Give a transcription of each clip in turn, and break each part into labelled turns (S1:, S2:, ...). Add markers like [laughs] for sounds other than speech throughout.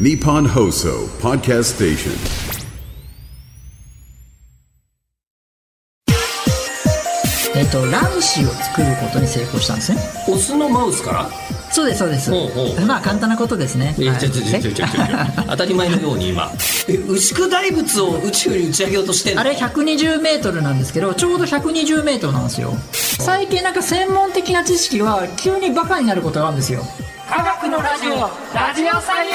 S1: Nippon Hoso Podcast Station.
S2: えっと、卵子を作ることに成功したんですね。
S3: オスのマウスから
S2: そうです、そうです
S3: ほうほうほう。
S2: まあ、簡単なことですね。
S3: え
S2: はい
S3: ちょちょちょちょちょちょ当たり前のように今え牛久大仏を宇宙に打ち上げようとしてん
S2: [laughs]
S3: の
S2: あれ120メートルなんですけど、ちょうど120メートルなんですよ。最近なんか専門的な知識は急にバカになることがあるんですよ。科学のラジオ、ラジオサイ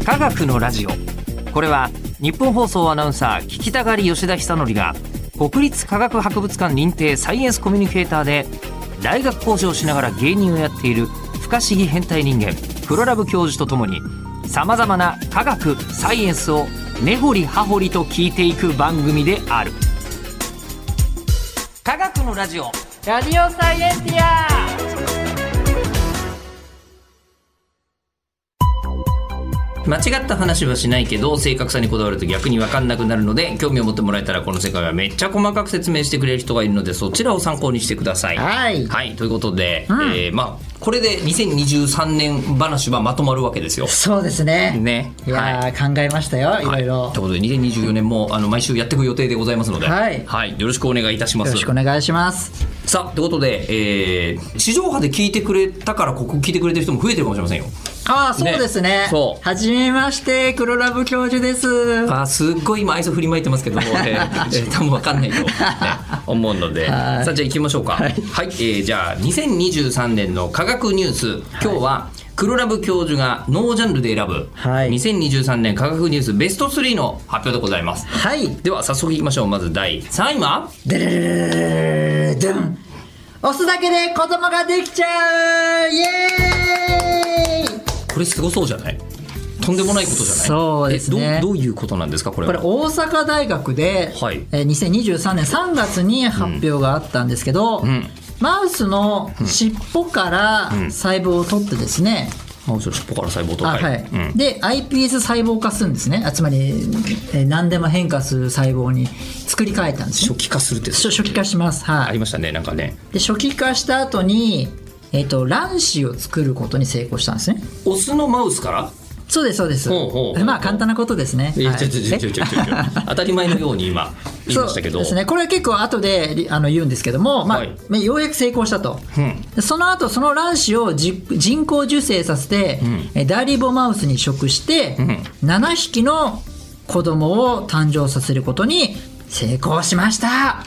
S2: エンテ
S4: 科学のラジオこれは日本放送アナウンサー聞きたがり吉田久典が国立科学博物館認定サイエンスコミュニケーターで大学講師をしながら芸人をやっている不可思議変態人間プロラブ教授とともにさまざまな科学サイエンスを根掘り葉掘りと聞いていく番組である科学のラジオ
S2: ィアラジオサイエンティア
S3: 間違った話はしないけど正確さにこだわると逆に分かんなくなるので興味を持ってもらえたらこの世界はめっちゃ細かく説明してくれる人がいるのでそちらを参考にしてください。
S2: はい
S3: ということで、えーまあ、これで2023年話はまとまるわけですよ。
S2: そうですね。
S3: ね
S2: いやー、考えましたよ、いろい
S3: は
S2: ろ。
S3: ということで2024年もあの毎週やっていく予定でございますので、
S2: はい
S3: よろしくお願いいたしま
S2: よ
S3: す
S2: ろしくお願いします。
S3: さあということで、えー、地上波で聞いてくれたからここ聞いてくれてる人も増えてるかもしれませんよ
S2: ああ、そうですね
S3: ね。そう
S2: はじめまして、黒ラブ教授です。
S3: [laughs] あーすっごい今愛想振りまいてま
S2: [laughs]
S3: すけども、えーえー多分わかんないと、ね、思うので
S2: は
S3: さ
S2: い
S3: あじゃあ行きましょうかはい、えーじゃあ2023年の科学ニュース今日は黒ラブ教授がノージャンルで選ぶ、
S2: はい
S3: 2023年科学ニュースベスト3の発表でございます
S2: はい。
S3: では早速いきましょうまず第3位は
S2: でれれれれれれれん押すだけで子供ができちゃうイエーイ
S3: これすごそうじゃないとんでもないことじゃない
S2: そうですね
S3: えどうどういうことなんですかこれ
S2: こ
S3: は
S2: れ大阪大学で、
S3: はい
S2: えー2023年3月に発表があったんですけど、
S3: ん
S2: マウスの尻尾から細胞を取ってですね、
S3: マウスの尻尾から細胞と
S2: あはい
S3: うん
S2: で iPS 細胞化するんですねあつまり、えー何でも変化する細胞に作り変えたんです
S3: 初
S2: ね
S3: 期化するって
S2: 初初期化しますはい
S3: ありましたねなんかね
S2: で初期化した後にえっと卵子を作ることに成功したんですね
S3: オスのマウスから
S2: そうですそうです
S3: ほうほうほうほう
S2: まあ簡単なことですね
S3: いや
S2: はい
S3: ちょちょちょちょちょちょ
S2: [laughs]
S3: 当たり前のように今言いましたけ
S2: そう
S3: ど
S2: ですねこれは結構後でりあの言うんですけども、まあ
S3: はい
S2: まあようやく成功したと、
S3: ん
S2: でその後その卵子をじ人工授精させて、えダリボマウスに移植して、7匹の子供を誕生させることに成功しました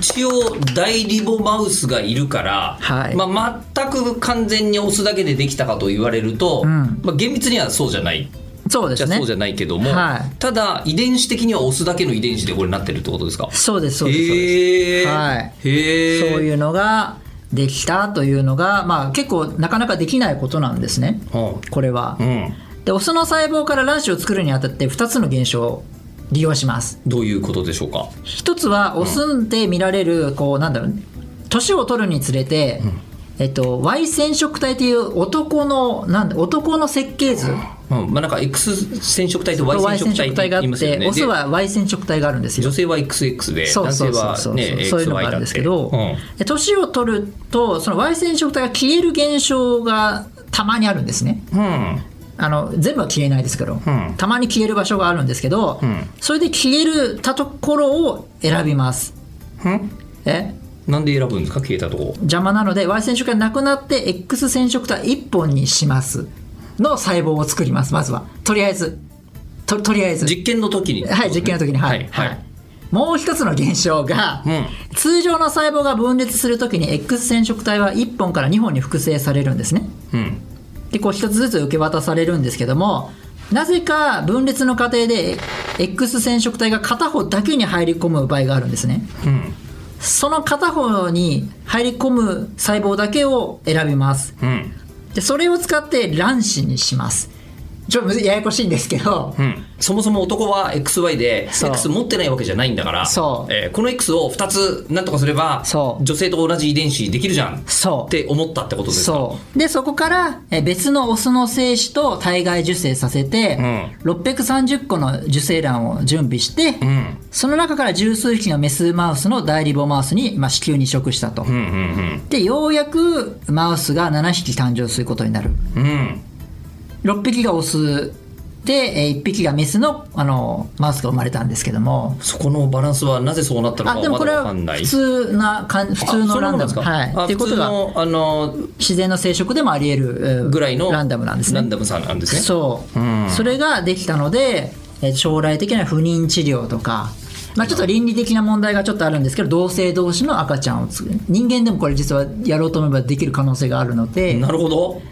S3: 一応大リボマウスがいるから、
S2: はい
S3: まあ、全く完全にオスだけでできたかと言われると、まあ、厳密にはそうじゃない
S2: そうで
S3: じ
S2: す
S3: ゃあ
S2: ね
S3: そうじゃないけども、
S2: はい
S3: ただ遺伝子的にはオスだけの遺伝子でこれなってるってことですか
S2: そうですそうです、そうです
S3: へえ
S2: はい
S3: へえ
S2: そういうのができたというのが、まあ、結構なかなかできないことなんですね、
S3: はあ
S2: これは。
S3: うん
S2: でオスの細胞から卵子を作るにあたって2つの現象を利用します。
S3: どういうことでしょうか
S2: 一つはオスで見られる、こうなんだろうね年を取るにつれて、えっと、Y 染色体という男のなんだ男の設計図
S3: うんまあ、なんか X 染色体と Y
S2: Y
S3: 染
S2: 染
S3: 色
S2: 色体
S3: 体って
S2: があっ
S3: 言いますよ
S2: て、
S3: ね
S2: オス
S3: で
S2: は Y 染色体があるんですよ
S3: 女。性は XX で
S2: そう
S3: 男
S2: そ
S3: 性
S2: うそう
S3: は
S2: そう、
S3: ね
S2: そういうのがあ
S3: XY
S2: る
S3: だ
S2: ん
S3: っ
S2: です
S3: て
S2: けど、
S3: うん
S2: で年を取るとその Y 染色体が消える現象がたまにあるんですね
S3: うん
S2: あの全部は消えないですけど、
S3: ん
S2: たまに消える場所があるんですけど、
S3: ん
S2: それで消えるたところを選びます
S3: うん
S2: え
S3: なんで選ぶんですか消えたとこ
S2: 邪魔なので Y 染色体なくなって X 染色体1本にしますの細胞を作りますまずはとりあえずととりあえず
S3: 実験の時に
S2: はい、実験の時に、はい。
S3: は
S2: はいい
S3: はい
S2: もう一つの現象が、
S3: うん
S2: 通常の細胞が分裂するときに X 染色体は1本から2本に複製されるんですね。
S3: うん
S2: で、こう一つずつ受け渡されるんですけども、なぜか分裂の過程で X 染色体が片方だけに入り込む場合があるんですね。
S3: うん
S2: その片方に入り込む細胞だけを選びます。
S3: うん
S2: でそれを使って卵子にしますちょっとむずいややこしいんですけど、
S3: うん、そもそも男は XY で
S2: そう
S3: X 持ってないわけじゃないんだから
S2: そう
S3: えーこの X を2つなんとかすれば
S2: そう
S3: 女性と同じ遺伝子できるじゃんっ
S2: そう
S3: て思ったってことですか
S2: そう。で、そこから、え別のオスの精子と体外受精させて、630個の受精卵を準備して、
S3: ん
S2: その中から十数匹のメスマウスの代理母マウスに、まあ、子宮に移植したと、
S3: うんうん
S2: で、ようやくマウスが7匹誕生することになる。
S3: うんうん
S2: 6匹がオスで、え1匹がメスの、あの、マウスが生まれたんですけども、
S3: そこのバランスはなぜそうなったのか
S2: あ、で
S3: は
S2: もこ
S3: ま
S2: れ
S3: だわか
S2: は
S3: んない
S2: 普通なかん、普通のランダム。
S3: あそう
S2: は。
S3: ないんですかあ
S2: っていうことが、
S3: 普通のあの
S2: 自然の生殖でもあり得るえー
S3: ぐらいの
S2: ランダムなんですね
S3: ランダムさなんですね
S2: そう、それができたのでえー将来的な不妊治療とか、まあ、ちょっと倫理的な問題がちょっとあるんですけど同性同士の赤ちゃんを作る人間でもこれ実はやろうと思えばできる可能性があるので
S3: なるほど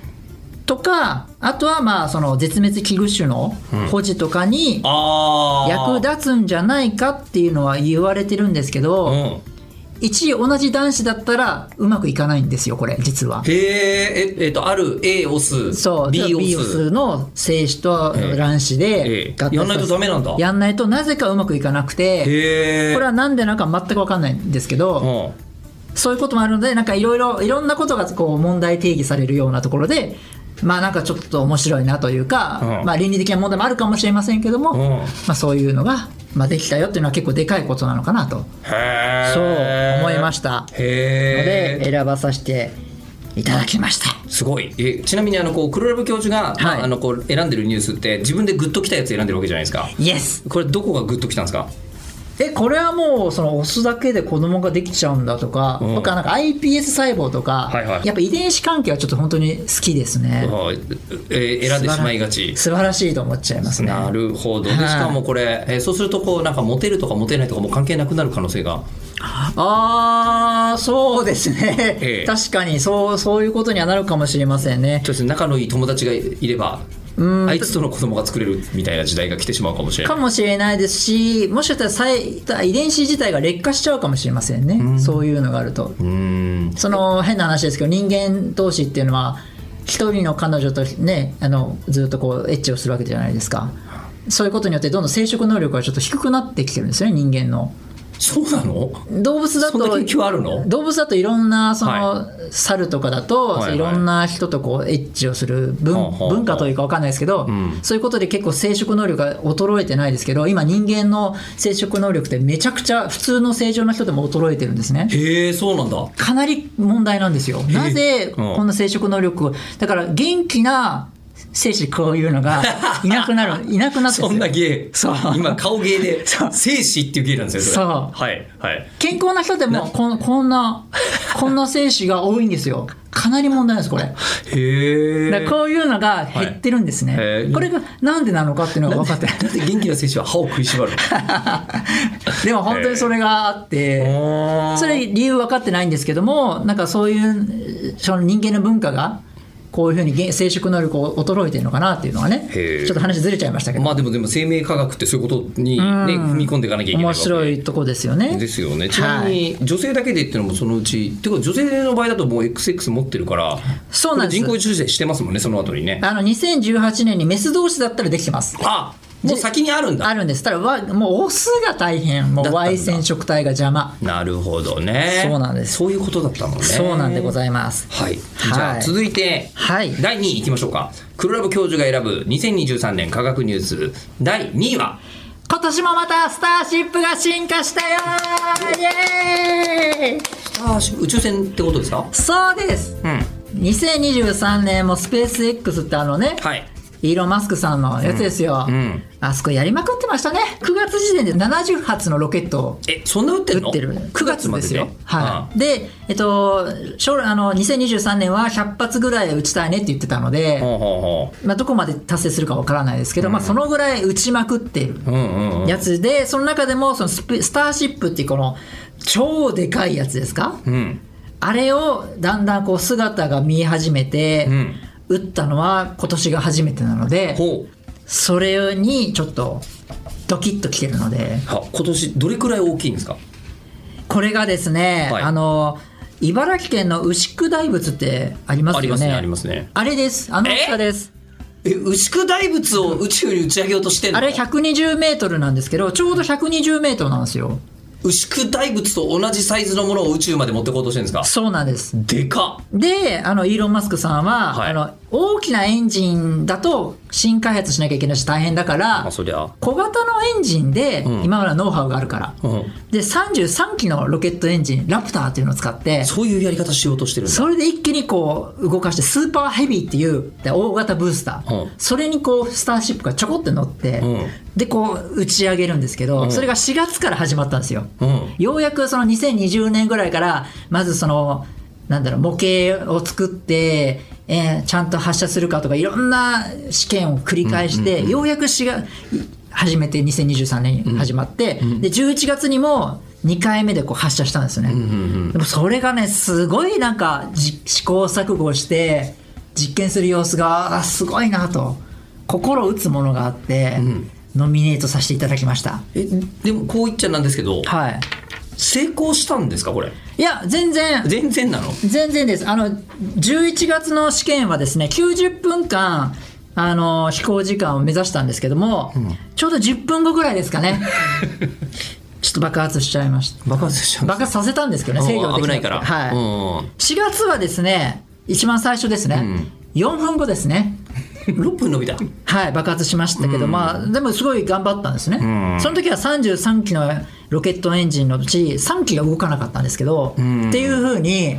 S2: とかあとはまあその絶滅危惧種の保持とかに
S3: ああ
S2: 役立つんじゃないかっていうのは言われてるんですけど、
S3: うん
S2: 一位同じ男子だったらうまくいかないんですよこれ実は。
S3: へえええっとある A オス
S2: そう
S3: B オ
S2: B オ
S3: ス
S2: スの精子と
S3: ええ
S2: 卵子
S3: ええ
S2: で合体
S3: やんないとダメなんだ
S2: やんないとなぜかうまくいかなくてこ
S3: へ
S2: れ
S3: え
S2: はなんでなんか全く分かんないんですけど
S3: うん
S2: そういうこともあるのでなんかいろいろいろんなことがこう問題定義されるようなところでまあなんかちょっと面白いなというか、
S3: うん
S2: まあ倫理的な問題もあるかもしれませんけども、
S3: ん
S2: まあそういうのが、まあ、できたよっていうのは結構でかいことなのかなと
S3: へえ
S2: そう思いましたの
S3: へ
S2: で
S3: え
S2: 選ばさせていただきました。
S3: すごいえちなみにあのこう黒ラブ教授が、ま
S2: はい
S3: あ、あのこう選んでるニュースって自分でグッときたやつ選んでるわけじゃないですか
S2: イエス
S3: これどこがグッときたんですか
S2: えこれはもうそのオスだけで子供ができちゃうんだとか、
S3: ん
S2: 僕はなんか iPS 細胞とか、
S3: はいはい
S2: やっぱ遺伝子関係はちょっと本当に好きですね、
S3: はいえー選んでしまいがち
S2: 素晴らしいと思っちゃいますね
S3: なるほどでし
S2: はい
S3: かもこれ、えーそうするとこうなんかモテるとかモテないとかも関係なくなる可能性が
S2: あーそうですね、
S3: ええ
S2: 確かにそうそういうことにはなるかもしれませんね
S3: そうですね仲のいい友達がいればあいつとの子供が作れるみたいな時代が来てしまうかもしれな
S2: か
S3: い
S2: もしれないですしもしかしたら細遺伝子自体が劣化しちゃうかもしれませんね、そういうのがあると
S3: うん
S2: その変な話ですけど人間同士っていうのは一人の彼女とねあのずっとこうエッチをするわけじゃないですかそういうことによってどんどん生殖能力がちょっと低くなってきてるんですよね人間の
S3: そうなの
S2: 動物だ
S3: そんな
S2: と
S3: 研究あるの
S2: 動物だといろんなその、
S3: は
S2: 猿とかだと、
S3: いはい
S2: いろんな人とこうエッチをする文,、
S3: ほうほうほう
S2: 文化というかわかんないですけど、そういうことで結構生殖能力が衰えてないですけど今人間の生殖能力ってめちゃくちゃ普通の正常な人でも衰えてるんですね
S3: へえそうなんだ
S2: かなり問題なんですよ。なぜ
S3: うん
S2: こんな生殖能力を、だから元気な精子こういうの
S3: [laughs]
S2: がいなくなる、いなくなってる
S3: そんな芸
S2: そう
S3: 今顔芸で
S2: そう
S3: 生死っていう芸なんですよれ
S2: そう
S3: はいはい
S2: 健康な人でもこんこんな、こんな精子が多いんですよ。かなり問題なんです、これ。
S3: へえ
S2: だからこういうのが減ってるんですね。
S3: はいへー
S2: これがなんでなのかっていうのが分かってない。
S3: なんで元気な選手は歯を食いし
S2: [laughs]
S3: ばるの
S2: でも本当にそれがあって。それ理由分かってないんですけどもなんかそういうその人間の文化がこういうふうにげ生殖能力を衰えてるのかなっていうのがね
S3: へー
S2: ちょっと話ずれちゃいましたけど、
S3: まあでもでも生命科学ってそういうことに、ね、踏み込んでいかなきゃいけないわ
S2: 面
S3: け
S2: 白いとこですよね。
S3: ですよねちなみに女性だけでっていうのもそのうち、っていうか女性の場合だともう XX 持ってるから
S2: そうなんです
S3: これ人工授精してますもんねその後にね
S2: あの2018年にメス同士だったらできてます。
S3: あもう先にあるんだ
S2: あるんです。ただわもうオスが大変も
S3: だ
S2: う
S3: ったんだ
S2: Y 染色体が邪魔、
S3: なるほどね
S2: そうなんです
S3: そういうことだったもんね
S2: そうなんでございます。
S3: はい、じゃ
S2: は
S3: あ
S2: い
S3: 続いて、
S2: はい
S3: 第2位いきましょうか黒ラブ教授が選ぶ2023年科学ニュース第2位は
S2: 今年もまたスターシップが進化したよイエーイ
S3: あー宇宙船ってことですか
S2: そうです
S3: うん
S2: 2023年もスペース X ってあのね、
S3: はい
S2: イーロン・マスクさんのやつですよ、
S3: うんうん
S2: あそこやりまくってましたね9月時点で70発のロケットを
S3: えそんな打ってる
S2: 打
S3: の
S2: ってる9月
S3: ま
S2: で
S3: ですね
S2: よはい、で、えっと、将来あの2023年は100発ぐらい打ちたいねって言ってたので、
S3: うんほうほ
S2: まあ、どこまで達成するかわからないですけど、まあ、そのぐらい打ちまくってる
S3: うほううんうんうん
S2: やつで、その中でもそのスペスターシップっていうこの超でかいやつですか、
S3: うん
S2: あれをだんだんこう姿が見え始めて、
S3: ん
S2: 打ったのは今年が初めてなので、
S3: ほう
S2: それにちょっとドキッときてるので、
S3: は今年どれくらい大きいんですか
S2: これがですね、
S3: はい
S2: あの、茨城県の牛久大仏ってありますよね。
S3: ありますねありますね
S2: あれです。あの大きさです。
S3: え牛久大仏を宇宙に打ち上げようとしてんの
S2: あれ120メートルなんですけど、ちょうど120メートルなんですよ。
S3: 牛久大仏と同じサイズのものを宇宙まで持ってこうとしてるんですか
S2: そうなんです。
S3: でかっ
S2: で、あの、イーロン・マスクさんは、
S3: はい
S2: あの、大きなエンジンだと新開発しなきゃいけないし大変だから、
S3: あそりゃ
S2: 小型のエンジンで
S3: ん
S2: 今までのノウハウがあるから、
S3: うん
S2: で33機のロケットエンジンラプターっていうのを使って
S3: そういうやり方しようとしてるんだ
S2: それで一気にこう動かしてスーパーヘビーっていうで大型ブースター、
S3: うん
S2: それにこうスターシップがちょこって乗って、
S3: うん
S2: でこう打ち上げるんですけど、それが4月から始まったんですよ、
S3: うん
S2: ようやくその2020年ぐらいからまずそのなんだろう模型を作って、えーちゃんと発射するかとかいろんな試験を繰り返して、ようやくしが始めて2023年に始まって、で11月にも2回目でこう発射したんですよね、でもそれがねすごいなんかじ試行錯誤して実験する様子があすごいなと心打つものがあって、ノミネートさせていただきました
S3: えでもこう言っちゃなんですけど
S2: はい
S3: 成功したんですかこれ
S2: いや全然
S3: 全然なの
S2: 全然です。あの、11月の試験はですね、90分間、あの、飛行時間を目指したんですけども、ちょうど10分後ぐらいですか
S3: [laughs]
S2: ね。ちょっと爆発しちゃいました。
S3: 爆発しちゃうんで
S2: 爆
S3: す
S2: 発させたんですけどね、制御
S3: うん
S2: でき
S3: 危な
S2: ない
S3: から
S2: はい。
S3: うん
S2: 4月はですね、一番最初ですね、4分後ですね。
S3: 6分伸びた
S2: はい、爆発しましたけど、まあ、でもすごい頑張ったんですね、その時は33機のロケットエンジンのうち、3機が動かなかったんですけど、っていうふうに、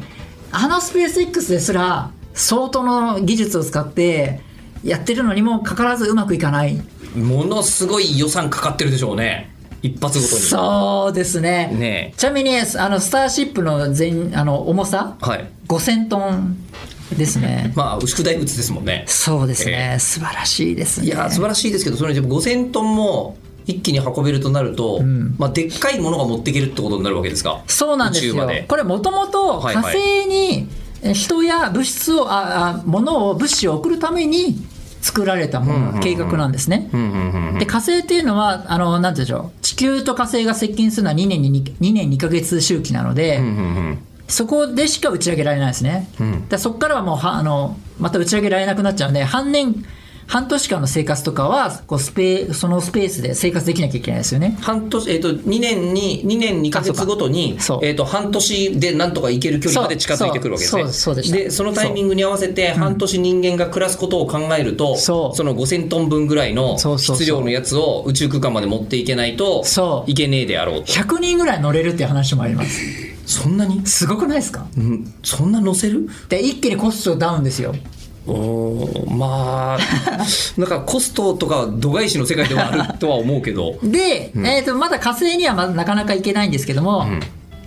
S2: あのスペース X ですら、相当の技術を使ってやってるのにもかかわらずうまくいかない、
S3: ものすごい予算かかってるでしょうね一発ごとに
S2: そうですね、
S3: ねえ
S2: ちなみにあのスターシップの全あの重さ、
S3: はい。
S2: 5000トンですね
S3: まあ牛久大仏ですもんね
S2: そうですね、
S3: え
S2: 素晴らしいですね。
S3: いやー素晴らしいですけどそれでも5000トンも一気に運べるとなると、まあ、でっかいものが持っていけるってことになるわけですか
S2: そうなんです
S3: 宇宙ま
S2: よ
S3: で。
S2: これもともと
S3: はい
S2: 火
S3: はい
S2: 星にえ人や物質を、ああ物を物資を送るために作られたもの、計画なんですね。で火星っていうのはあのなんて言うんでしょう地球と火星が接近するのは2年に 2, 年2ヶ月周期なので、そこでしか打ち上げられないですね。でそこからはもうはあのまた打ち上げられなくなっちゃうんで半年半年間の生活とかはこうスペそのスペースで生活できなきゃいけないですよね。
S3: 半年えっ、と2年に2年2ヶ月ごとに
S2: あそうか
S3: えっ、と半年でなんとか行ける距離まで近づいてくるわけですね
S2: そうそうそうでした
S3: そのタイミングに合わせて半年人間が暮らすことを考えると
S2: そう
S3: の5000トン分ぐらいの
S2: そうそうそう
S3: 質量のやつを宇宙空間まで持っていけないと
S2: そう
S3: いけねえであろうと
S2: 100人ぐらい乗れるっていう話もあります。
S3: そんなに
S2: すごくないですか
S3: うんそんな乗せる
S2: で一気にコストダウンですよ
S3: お
S2: [laughs]
S3: ーまあなんかコストとか度外視の世界ではあるとは思うけど
S2: で、えー、とまだ火星にはまだなかなか行けないんですけども、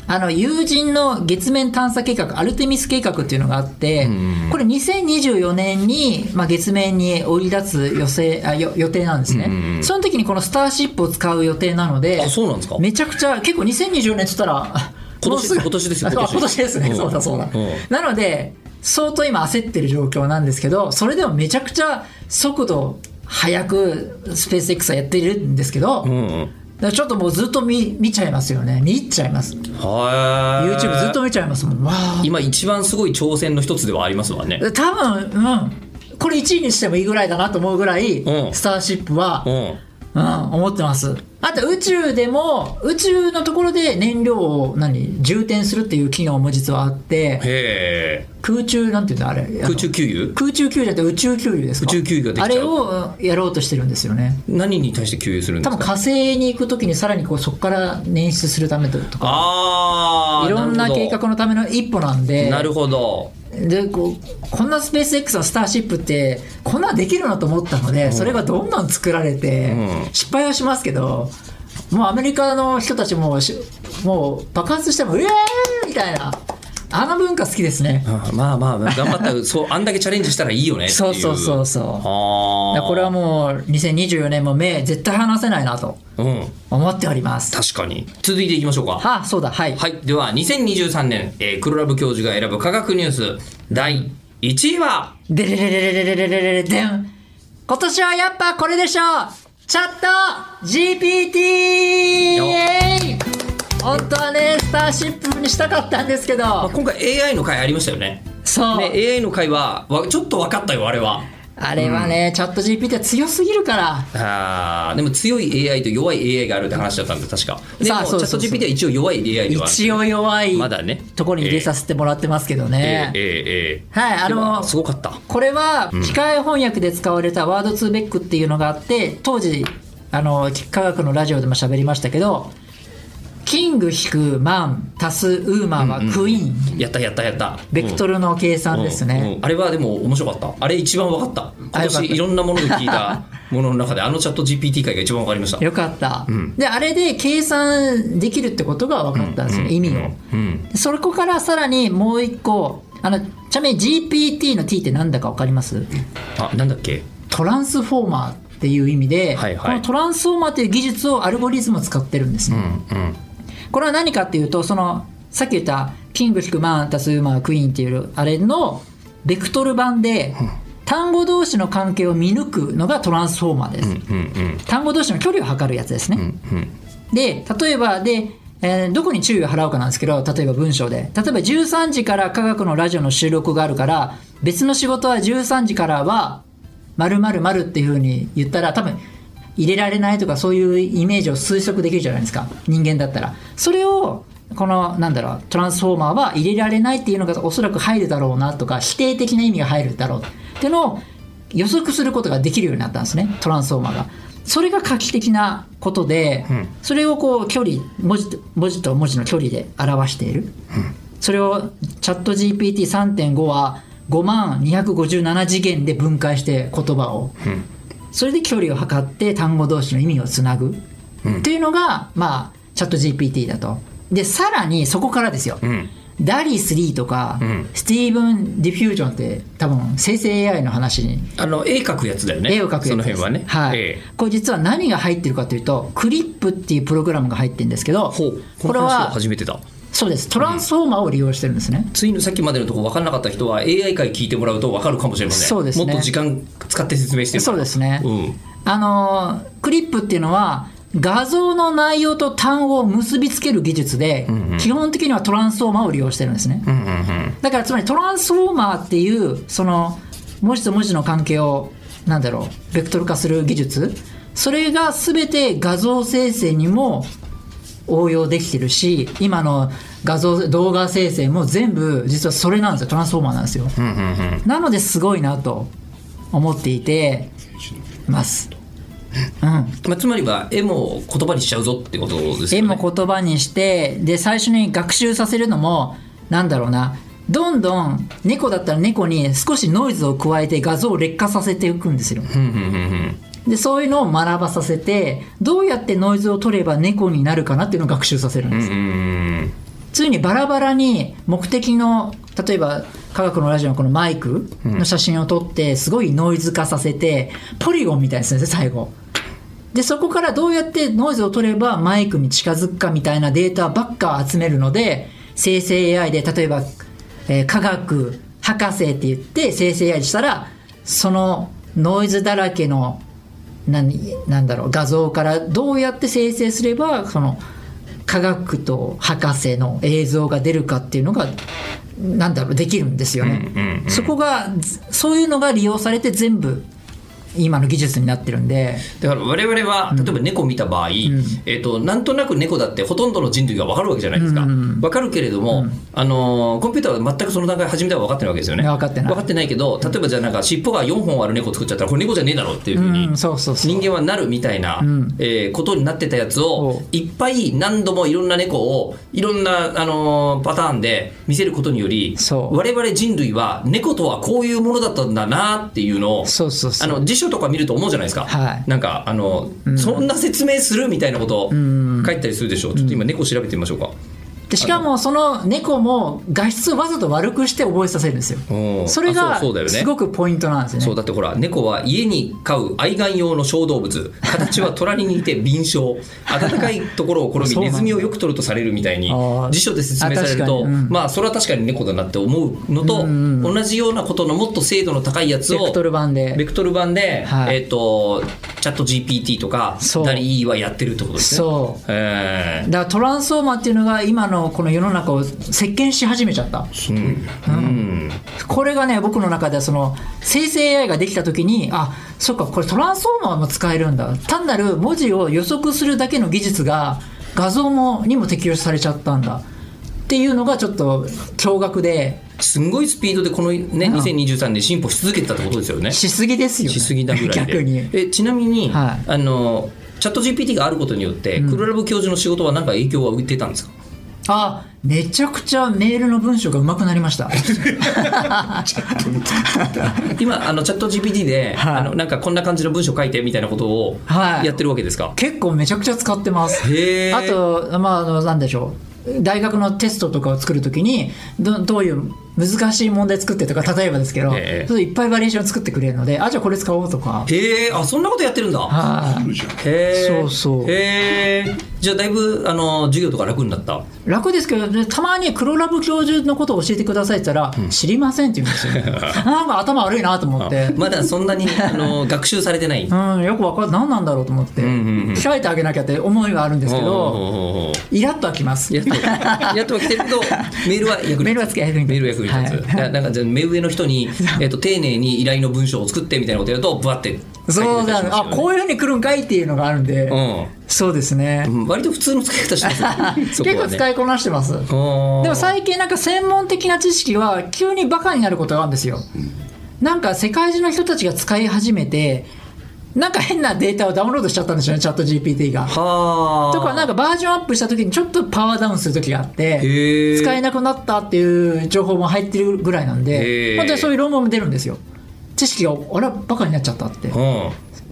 S2: あの友人の月面探査計画アルテミス計画っていうのがあって、これ2024年に、まあ、月面に降り立つ予定あよ予定なんですね、その時にこのスターシップを使う予定なので
S3: あそうなんですか
S2: めちゃくちゃ結構2024年っつったらあ
S3: 今年
S2: もうすぐ
S3: 今年ですよ
S2: あ [laughs]
S3: 今
S2: 今
S3: 年
S2: 年ですね、
S3: うん
S2: そうだそうだ、
S3: うん
S2: なので相当今焦ってる状況なんですけどそれでもめちゃくちゃ速度速くスペース X はやっているんですけど、
S3: うんうん
S2: だからちょっともうずっと見見ちゃいますよね見入っちゃいます
S3: は
S2: YouTube ずっと見ちゃいますもんわあ
S3: 今一番すごい挑戦の一つではありますわね
S2: 多分うんこれ1位にしてもいいぐらいだなと思うぐらい、
S3: うん
S2: スターシップは、
S3: うん
S2: うん、思ってます。あと宇宙でも、宇宙のところで燃料を何、充填するっていう機能も実はあって、
S3: へえ
S2: 空中、なんていうんだ、あれ。あの
S3: 空中給油
S2: 空中給油じゃなくて宇宙給油ですか
S3: 宇宙給油ができ
S2: あ
S3: ちゃ
S2: れ
S3: う
S2: をうんやろうとしてるんですよね。
S3: 何に対して給油するんで
S2: 多
S3: す
S2: 分
S3: か
S2: 火星に行くときにさらにこうそこから捻出するためとか、
S3: ああ
S2: いろんな計画のための一歩なんで、
S3: なるほど
S2: でこうこんなスペース X のスターシップってこんなんできるなと思ったので、それがどんどん作られて、
S3: う
S2: 失敗はしますけどもうアメリカの人たちもしもう爆発しても「うえー!」みたいなあの文化好きですね。
S3: あーまあまあまあ頑張っ
S2: [laughs]
S3: たそうあんだけチャレンジしたらいいよねっていう
S2: そうそうそうそう
S3: あ
S2: だから
S3: あ
S2: これはもう2024年も目絶対離せないなと
S3: うん
S2: 思っております。
S3: 確かに続いていきましょうか
S2: あそうだはい、
S3: はい、では2023年、えー、黒ラブ教授が選ぶ科学ニュース第1位は
S2: でれれれれれれれれれれでん今年はやっぱこれでしょうチャット GPT! イ
S3: よ
S2: エーイ本当はねスターシップにしたかったんですけ
S3: あ
S2: ど
S3: 今回 AI の回ありましたよ
S2: そう、
S3: ねね AI の回はわちょっと分かったよあれは
S2: あれはね、チャット GPT は強すぎるから
S3: あーでも強い AI と弱い AI があるって話だったんで確かで
S2: さあ
S3: も
S2: そうそうそう
S3: チャット GPT は一応弱い AI ではある
S2: 一応弱い
S3: まだね
S2: ところに入れさせてもらってますけどね、
S3: ええええ
S2: はいあの
S3: でもすごかった
S2: これは機械翻訳で使われたワードツーベックっていうのがあって当時あの科学のラジオでも喋りましたけどキング引くマン足すウーマンはクイーン、
S3: やったやったやった
S2: ベクトルの計算ですね、
S3: うんうんあれはでも面白かったあれ一番分かった今
S2: あよかった
S3: 年いろんなもので聞いたものの中であのチャット GPT 界が一番分かり
S2: [laughs]
S3: ました
S2: よかった、であれで計算できるってことが分かったんですよ、意味を、そこからさらにもう一個あのちなみに GPT の T って何だか分かります
S3: あなんだっけ
S2: トランスフォーマーっていう意味で、
S3: はいはい
S2: このトランスフォーマーっていう技術をアルゴリズムを使ってるんですね、これは何かっていうとそのさっき言ったキング引くマン足すウーマンクイーンっていうあれのベクトル版で、単語同士の関係を見抜くのがトランスフォーマーです、単語同士の距離を測るやつですね、で例えばで、えーどこに注意を払うかなんですけど例えば文章で例えば13時から科学のラジオの収録があるから別の仕事は13時からは〇〇〇っていうふうに言ったら多分入れられないとかそういうイメージを推測できるじゃないですか人間だったらそれをこのなんだろうトランスフォーマーは入れられないっていうのがおそらく入るだろうなとか否定的な意味が入るだろうっていうのを予測することができるようになったんですねトランスフォーマーが。それが画期的なことで、それをこう距離文字と文字と文字の距離で表している、それをチャット GPT3.5 は5万257次元で分解して言葉を、それで距離を測って単語同士の意味をつなぐ、っていうのが、まあ、チャット GPT だと。でさらにそこからですよ、ダリー3とか、スティーブン・ディフュージョンって多分生成 AI の話に
S3: あの絵描くやつだよね
S2: 絵を描くやつです
S3: その辺はね
S2: はい
S3: ええ
S2: これ実は何が入ってるかというとクリップっていうプログラムが入ってるんですけど
S3: ほう
S2: こ
S3: こ
S2: れ
S3: の話は
S2: は
S3: 初めてだ
S2: そうですトランスフォーマーを利用してるんですね、
S3: ついのさっきまでのところ分かんなかった人は AI 界聞いてもらうと分かるかもしれません
S2: そうですね
S3: もっと時間使って説明してる
S2: そうですね、
S3: うん
S2: あのークリップっていうのは画像の内容と単語を結びつける技術で、基本的にはトランスフォーマーを利用してるんですね、だからつまりトランスフォーマーっていうその文字と文字の関係をなんだろうベクトル化する技術それが全て画像生成にも応用できてるし今の画像動画生成も全部実はそれなんですよトランスフォーマーなんですよ、なのですごいなと思っていてます、うん、
S3: まあ、つまりは絵も言葉にしちゃうぞってことです
S2: 絵
S3: よね
S2: も言葉にしてで最初に学習させるのもなんだろうなどんどん猫だったら猫に少しノイズを加えて画像を劣化させていくんですよ。でそういうのを学ばさせてどうやってノイズを取れば猫になるかなっていうのを学習させるんです。ついにバラバラに目的の例えば科学のラジオのこのマイクの写真を撮ってすごいノイズ化させてポリゴンみたいにするんですね最後。でそこからどうやってノイズを取ればマイクに近づくかみたいなデータばっか集めるので生成 AI で例えば、えー科学博士って言って生成 AI にしたらそのノイズだらけの何なんだろう画像からどうやって生成すればその科学と博士の映像が出るかっていうのがなんだろうできるんですよね、そこがずそういうのが利用されて全部今の技術になってるんで。
S3: だから我々は例えば猫を見た場合、えっとなんとなく猫だってほとんどの人類が分かるわけじゃないですか、分かるけれども、あのーコンピューターは全くその段階初めては分かってないわけですよね
S2: 分かってない
S3: 分かってないけど例えばじゃあなんか尻尾が4本ある猫作っちゃったらこれ猫じゃねえだろうっていうふうに、
S2: うんそうそうそう
S3: 人間はなるみたいな、えーことになってたやつを
S2: そ
S3: いっぱい何度もいろんな猫をいろんな、あのーパターンで見せることにより
S2: そう
S3: 我々人類は猫とはこういうものだったんだなっていうのを
S2: そうそうそう
S3: あの辞書とか見ると思うじゃないですか、
S2: はい
S3: なんかあの、そんな説明するみたいなこと書いたりするでしょう、ちょっと今猫調べてみましょうか、
S2: でしかもその猫も画質をわざと悪くして覚えさせるんです
S3: お
S2: よ
S3: ー
S2: それ
S3: あ
S2: が
S3: そうそうだよね
S2: すごくポイントなんですよね
S3: そうだってほら猫は家に飼う愛玩用の小動物形は虎に似て敏捷暖かいところを好み
S2: そうな
S3: ネ
S2: んだ
S3: ズミをよく取るとされるみたいに
S2: あー
S3: 辞書で説明される
S2: あ確
S3: と、
S2: かにうん
S3: まあそれは確かに猫だなって思うのと、同じようなことのもっと精度の高いやつを
S2: ベクトル版で
S3: ベクトル版で、
S2: はい
S3: えっ、とチャット GPT とか
S2: そう
S3: ダリーはやってるってことですね
S2: そう
S3: えー
S2: だからトランスフォーマーっていうのが今のこの世の中を席巻し始めちゃった、うんこれがね僕の中ではその生成 AI ができた時にあそっかこれトランスフォーマーも使えるんだ単なる文字を予測するだけの技術が画像もにも適用されちゃったんだっていうのがちょっと驚愕です
S3: んごいスピードでこのね2023年進歩し続けてたってことですよね
S2: しすぎですよ、ね、
S3: しすぎだぐらいで
S2: 逆に
S3: えちなみに、
S2: はい
S3: あのチャット GPT があることによって、クロラブ教授の仕事は何か影響は受けてたんですか
S2: あめちゃくちゃメールの文章が上手くなりました
S3: [laughs] 今あのチャット GPT で、
S2: はい
S3: あのなんかこんな感じの文章書いてみたいなことを
S2: はい
S3: やってるわけですか、
S2: [laughs] 結構めちゃくちゃ使ってます
S3: へー
S2: あとまああのなんでしょう大学のテストとかを作るときにどどういう難しい問題作ってとか例えばですけど、
S3: ええ
S2: そういっぱいバリエーション作ってくれるのであじゃあこれ使おうとか
S3: へえあそんなことやってるんだ
S2: はい
S3: へー
S2: そうそう
S3: へえじゃあだいぶあの授業とか楽になった
S2: 楽ですけどねたまに黒ラブ教授のことを教えてくださいって言ったら、知りませんって言うんですよ
S3: [laughs]
S2: なんか頭悪いなと思って
S3: まだそんなにあの学習されてない
S2: うんよくわかん何なんだろうと思って、
S3: んうんうん
S2: 控えてあげなきゃって思いはあるんですけど
S3: おー
S2: イラッとはきます
S3: やっと
S2: [laughs]
S3: やっとは来てるけどメールは役に立つ
S2: メールはつけ役に立つ
S3: メールは役に立つ、
S2: はい
S3: ななんかじゃあ目上の人に、えっと丁寧に依頼の文章を作ってみたいなことやるとぶわって
S2: そうだ、ね、あこういうふうに来るんかいっていうのがあるんで、
S3: うん
S2: そうですね
S3: うん割と普通の使い方してます、
S2: [laughs]
S3: ね、
S2: 結構使
S3: い
S2: いこなしてますで
S3: でも
S2: も最近なんか専門的な知識は急にバカになることがあるんですよなんか世界中の人たちが使い始めてなんか変なデータをダウンロードしちゃったんですよねチャット GPT が
S3: はあ
S2: とかなんかバージョンアップした時にちょっとパワーダウンする時があっ
S3: へ
S2: て
S3: ー
S2: 使えなくなったっていう情報も入ってるぐらいなん
S3: へー
S2: で本当にそういう論文も出るんですよ知識があれバカになっちゃったって
S3: うん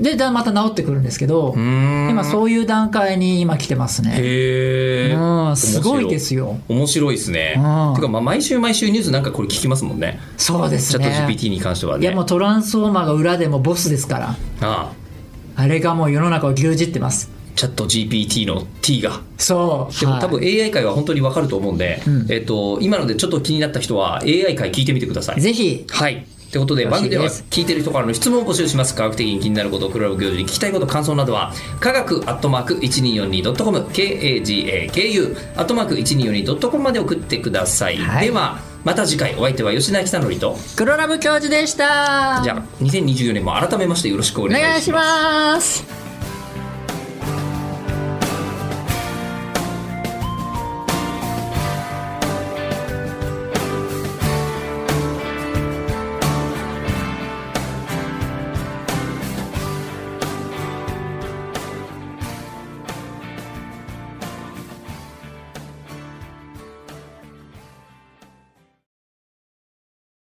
S2: でだまた治ってくるんですけど
S3: ん
S2: 今そういう段階に今来てますね
S3: へえ
S2: うんすごいですよ
S3: 面白いですね
S2: うん
S3: てかまあ毎週毎週ニュースなんかこれ聞きますもんね
S2: そうですね
S3: チャット GPT に関してはね
S2: いやもうトランスフォーマーが裏でもボスですから
S3: ああ
S2: あれがもう世の中を牛耳ってます
S3: チャット GPT の T が
S2: そう
S3: でも
S2: はい
S3: 多分 AI 界は本当にわかると思うんで、えっと今のでちょっと気になった人は AI 界聞いてみてください
S2: ぜひ
S3: はい。ということで、
S2: よろ
S3: 番
S2: し
S3: 組
S2: い
S3: では
S2: です
S3: 聞いてる人からの質問を募集します。科学的に気になること、クラブ教授に聞きたいこと、感想などは、科学アットマーク 1242.com、KAGAKU アットマーク 1242.com まで送ってください。
S2: はい
S3: では、また次回、お相手は吉田久典と、
S2: 黒ラブ教授でした
S3: じゃあ、2024年も改めましてよろしくお
S2: お
S3: 願いしま
S2: 願
S3: す。
S2: いします